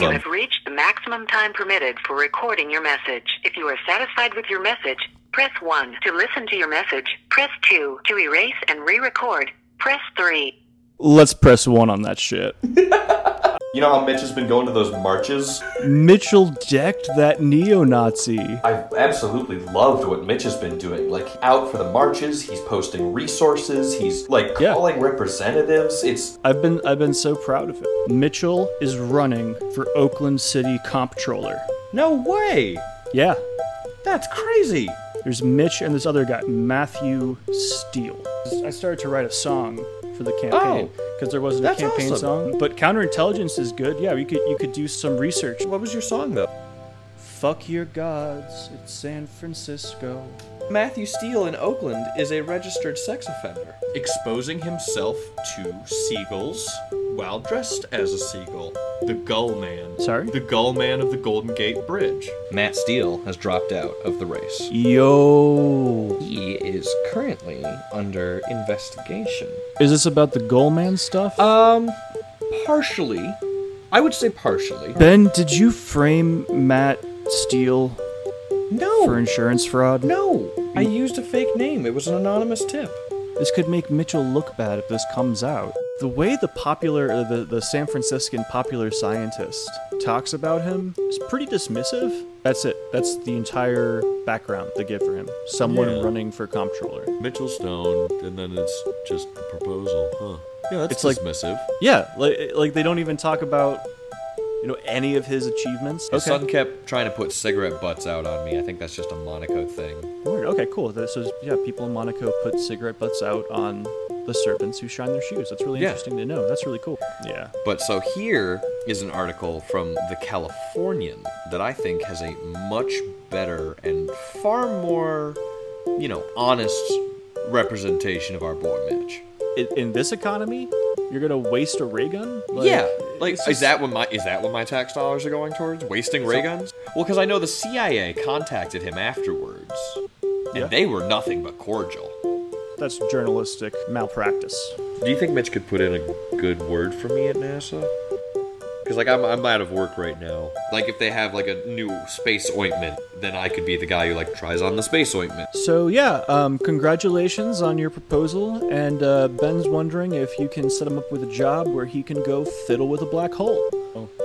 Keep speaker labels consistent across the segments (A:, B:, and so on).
A: You have reached the maximum time permitted for recording your message. If you are satisfied with your message, press 1. To listen to your message, press 2. To erase and re record, press 3.
B: Let's press one on that shit.
C: You know how Mitch has been going to those marches?
B: Mitchell decked that neo Nazi.
C: I've absolutely loved what Mitch has been doing. Like, out for the marches, he's posting resources, he's, like,
B: Yeah.
C: calling representatives. It's.
B: I've been I've been so proud of it. Mitchell is running for Oakland City Comptroller.
D: No way!
B: Yeah.
D: That's crazy!
B: There's Mitch and this other guy, Matthew Steele. I started to write a song for the campaign because there wasn't a
D: Oh, that's
B: campaign
D: awesome.
B: song. But counterintelligence is good. Yeah, you could you could do some research.
D: What was your song though?
B: Fuck your gods, it's San Francisco.
D: Matthew Steele in Oakland is a registered sex offender, exposing himself to seagulls while dressed as a seagull. The Gull Man.
B: Sorry?
D: The Gull Man of the Golden Gate Bridge. Matt Steele has dropped out of the race.
B: Yo.
D: He is currently under investigation.
B: Is this about the Goldman stuff?
D: Um, partially. I would say partially.
B: ben, did you frame Matt Steele
D: No.
B: for insurance fraud?
D: No. I used a fake name. It was an anonymous tip.
B: This could make Mitchell look bad if this comes out. The way the popular, uh, the, the San Franciscan popular scientist talks about him is pretty dismissive. That's it. That's the entire background they give for him. Someone
E: Yeah.
B: running for comptroller.
E: Mitchell Stone, and then it's just a proposal, huh? Yeah, that's
B: It's like-
E: dismissive.
B: Yeah, like, like they don't even talk about, you know, any of his achievements.
D: His son kept trying to put cigarette butts out on me. I think that's just a Monaco thing.
B: Word. Okay, cool. This is yeah. People in Monaco put cigarette butts out on the serpents who shine their shoes. That's really
D: Yeah.
B: interesting to know. That's really cool. Yeah.
D: But so here is an article from The Californian that I think has a much better and far more, you know, honest representation of our boy Mitch.
B: In, in this economy, you're gonna waste a ray gun. Like,
D: yeah, like
B: it's
D: is
B: just-
D: that what my is that what my tax dollars are going towards? Wasting ray guns? Well, because I know the CIA contacted him afterwards, and
B: Yeah.
D: they were nothing but cordial.
B: That's journalistic malpractice.
D: Do you think Mitch could put in a good word for me at NASA? Because like I'm, I'm out of work right now. Like if they have like a new space ointment, then I could be the guy who like tries on the space ointment.
B: So yeah, um, congratulations on your proposal. And uh, Ben's wondering if you can set him up with a job where he can go fiddle with a black hole.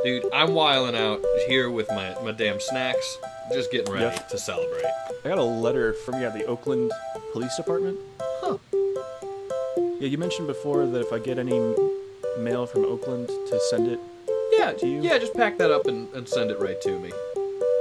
D: Dude, I'm wiling out here with my my damn snacks, just getting ready
B: Yeah.
D: to celebrate.
B: I got a letter from yeah the Oakland Police Department. Huh. Yeah, you mentioned before that if I get any mail from Oakland to send it.
D: Yeah,
B: To you?
D: yeah, just pack that up and, and send it right to me.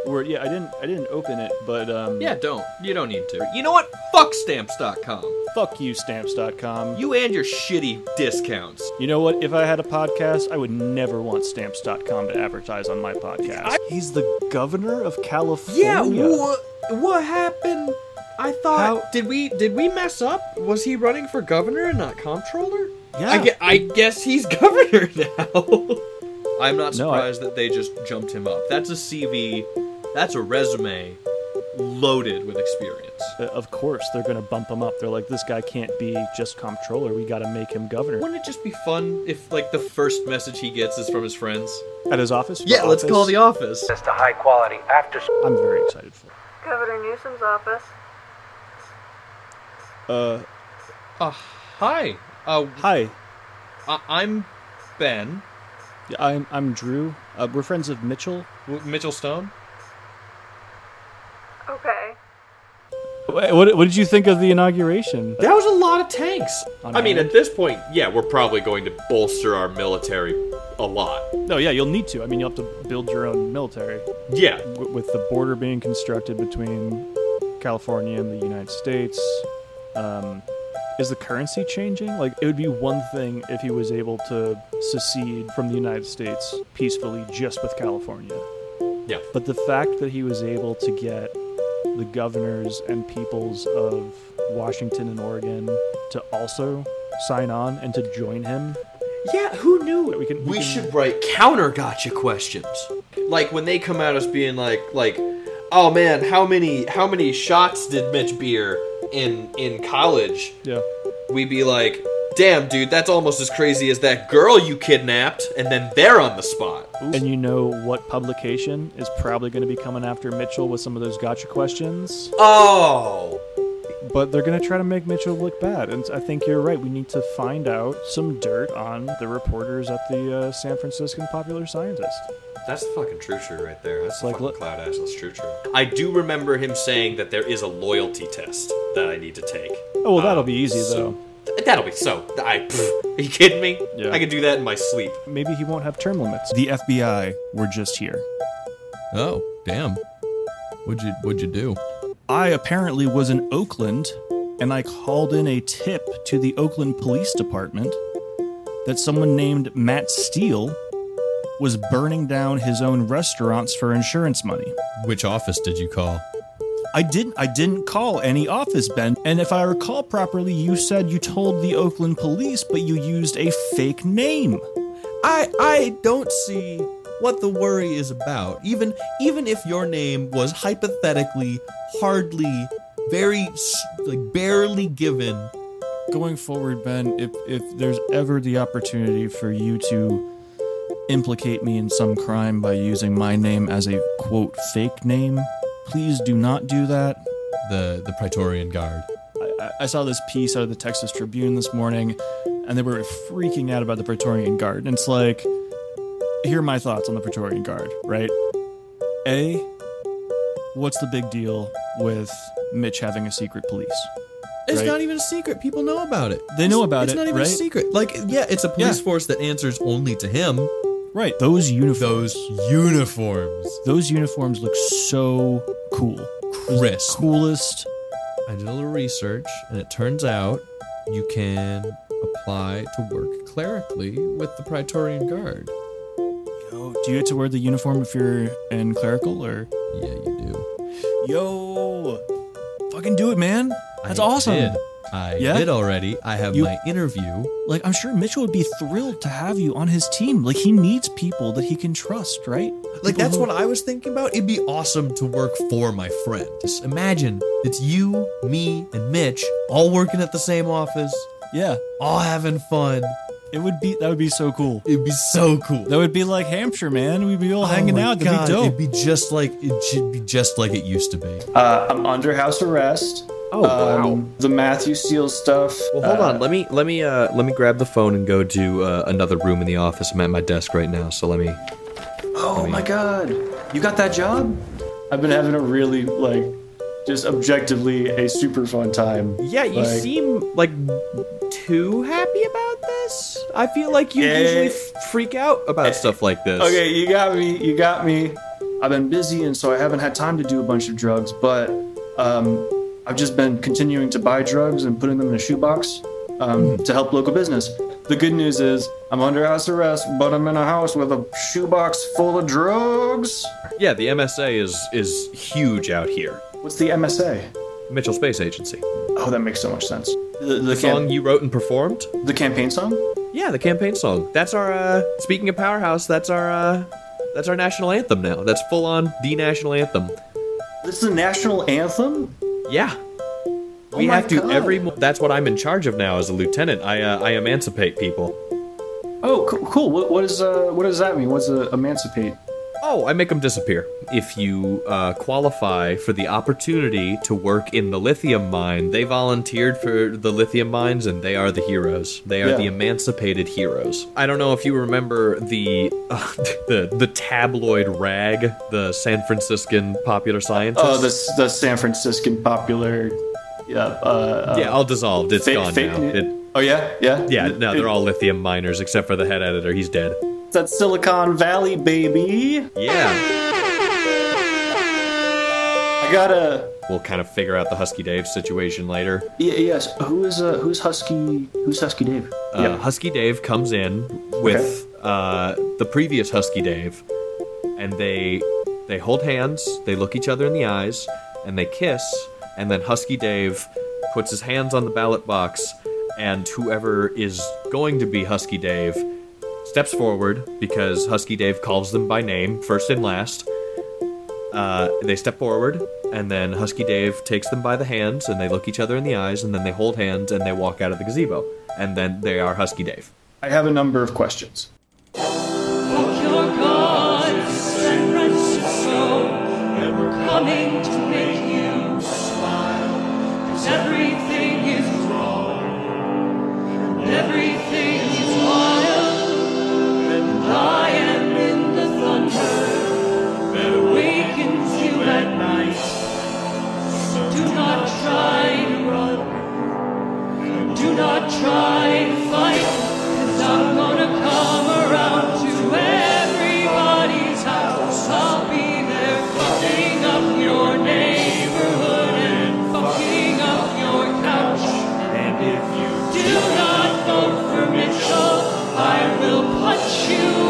B: Or yeah, I didn't I didn't open it, but um
D: Yeah, don't. You don't need to. You know what? Fuck stamps.com.
B: fuck you stamps.com. You,
D: You and your shitty discounts.
B: you know what? If I had a podcast, I would never want stamps.com to advertise on my podcast. He's the governor of California.
D: Oh, What happened? I thought.
B: How-
D: Did we did we mess up? Was he running for governor and not comptroller?
B: Yeah.
D: I, gue- I guess he's governor now. I'm not
B: No, I-
D: surprised that they just jumped him up. That's a CV. That's a resume loaded with experience.
B: Uh, Of course, they're going to bump him up. They're like, this guy can't be just comptroller. We got to make him governor.
D: Wouldn't it just be fun if like the first message he gets is from his friends?
B: At his office?
D: Yeah, let's call the office.
F: access to high quality after school.
B: I'm very excited for it.
G: Governor Newsom's office.
B: Uh,
D: Uh, hi. Uh,
B: hi.
D: I- I'm Ben.
B: Yeah, I'm I'm Drew. Uh, we're friends of Mitchell.
D: W- Mitchell Stone.
G: Okay.
B: What, what, what did you think of the inauguration?
D: That was a lot of tanks.
B: On
D: I mean,
B: hand.
D: at this point, yeah, we're probably going to bolster our military a lot.
B: No, yeah, you'll need to. I mean, you'll have to build your own military
D: Yeah.
B: w- with the border being constructed between California and the United States. Um, is the currency changing? Like, it would be one thing if he was able to secede from the United States peacefully just with California.
D: Yeah.
B: But the fact that he was able to get the governors and peoples of Washington and Oregon to also sign on and to join him,
D: Yeah, who knew?
B: we can.
D: We
B: can-
D: should write counter gotcha questions. Like when they come at us being like like, "Oh man, how many how many shots did Mitch Beer in in college?"
B: Yeah.
D: We'd be like, "Damn, dude, that's almost as crazy as that girl you kidnapped." And then they're on the spot.
B: and you know what publication is probably going to be coming after Mitchell with some of those gotcha questions.
D: Oh!
B: But they're going to try to make Mitchell look bad, and I think you're right. We need to find out some dirt on the reporters at the uh, San Franciscan Popular Scientist.
D: That's the fucking true true right there. That's the
B: Like,
D: fucking
B: look-
D: cloud assless true true. I do remember him saying that there is a loyalty test that I need to take.
B: Oh, well, that'll
D: Um,
B: be easy
D: so-
B: though.
D: Th- That'll be so. I. Pff, are you kidding me?
B: Yeah.
D: I could do that in my sleep.
B: Maybe he won't have term limits.
H: The FBI were just here.
I: Oh, damn. What'd you What'd you do?
H: I apparently was in Oakland and I called in a tip to the Oakland Police Department that someone named Matt Steele was burning down his own restaurants for insurance money.
I: Which office did you call?
H: I didn't I didn't call any office, Ben. And if I recall properly, you said you told the Oakland police, but you used a fake name.
I: I I don't see what the worry is about. Even even if your name was hypothetically hardly very s- like barely given.
H: Going forward, Ben, if if there's ever the opportunity for you to implicate me in some crime by using my name as a quote fake name, please do not do that.
I: The the Praetorian Guard.
H: I- I, I saw this piece out of the Texas Tribune this morning, and they were freaking out about the Praetorian Guard. And it's like, here are my thoughts on the Praetorian Guard, right? A, what's the big deal with Mitch having a secret police?
I: It's
H: Right.
I: not even a secret. People know about it.
H: They know about
I: it's
H: it,
I: It's not even
H: right?
I: a secret. Like, yeah, it's a police
H: Yeah.
I: force that answers only to him.
H: Right. Those uniforms.
I: Those uniforms.
H: Those uniforms look so cool.
I: Crisp.
H: Coolest.
I: I did a little research, and it turns out you can apply to work clerically with the Praetorian Guard.
H: Yo, do you get to wear the uniform if you're in clerical or?
I: Yeah, you do.
H: Yo, fucking do it, man. That's
I: I
H: awesome.
I: Did. I
H: Yeah?
I: did already. I have
H: You-
I: my interview.
H: Like, I'm sure Mitchell would be thrilled to have you on his team. Like, he needs people that he can trust, right?
I: Like that's what I was thinking about. It'd be awesome to work for my friend. Just imagine it's you, me, and Mitch all working at the same office,
H: Yeah,
I: all having fun.
H: it would be. That would be so cool.
I: It'd be so cool. Oh
H: That would be like Hampshire, man. We'd be all hanging
I: my
H: out. That'd
I: God,
H: be dope.
I: It'd be just like it should be just like it used to be.
B: Uh, I'm under house arrest. Um,
D: Oh, wow.
B: The Matthew Steele stuff.
D: Well, hold on. Let me let me uh, let me grab the phone and go to uh, another room in the office. I'm at my desk right now, so let me.
B: Oh my god. You got that job? I've been having a really like just objectively a super fun time.
D: Yeah, you
B: Like-
D: seem like too happy about this. I feel like you
B: Eh.
D: usually f- freak out about stuff like this.
B: Okay, you got me. You got me. I've been busy and so I haven't had time to do a bunch of drugs, but um I've just been continuing to buy drugs and putting them in a shoebox um, to help local business. The good news is I'm under house arrest, but I'm in a house with a shoebox full of drugs.
D: Yeah, the MSA is is huge out here.
B: What's the MSA?
D: Mitchell Space Agency.
B: Oh, that makes so much sense. The, the,
D: The
B: cam-
D: song you wrote and performed?
B: the campaign song?
D: Yeah, the campaign song. That's our uh speaking of powerhouse, that's our uh that's our national anthem now. That's full on the national anthem.
B: This is a national anthem?
D: Yeah. We
B: Oh my
D: have to
B: God.
D: every mo- that's what I'm in charge of now as a lieutenant. I uh, I emancipate people.
B: Oh, cool. cool. What, what is uh, what does that mean? What's uh, emancipate?
D: Oh, I make them disappear. If you uh, qualify for the opportunity to work in the lithium mine, they volunteered for the lithium mines and they are the heroes. They are
B: Yeah.
D: the emancipated heroes. I don't know if you remember the uh, the the tabloid rag, the San Franciscan popular scientist.
B: Oh, the the San Franciscan popular. Yeah. Uh, uh,
D: yeah, all dissolved. It's
B: fa-
D: gone
B: fake
D: now.
B: nu-
D: It-
B: oh yeah, yeah.
D: yeah, no,
B: It-
D: they're all lithium miners except for the head editor. He's dead.
B: That's Silicon Valley, baby.
D: Yeah.
B: I gotta.
D: We'll kind of figure out the Husky Dave situation later.
B: Yeah, yes. Who is uh, who's Husky? Who's Husky Dave?
D: Uh, Husky Dave comes in with uh, the previous Husky Dave, and they they hold hands, they look each other in the eyes, and they kiss, and then Husky Dave puts his hands on the ballot box, and whoever is going to be Husky Dave steps forward because Husky Dave calls them by name, first and last. Uh, they step forward, and then Husky Dave takes them by the hands, and they look each other in the eyes, and then they hold hands, and they walk out of the gazebo, and then they are Husky Dave.
B: I have a number of questions.
J: Your God. you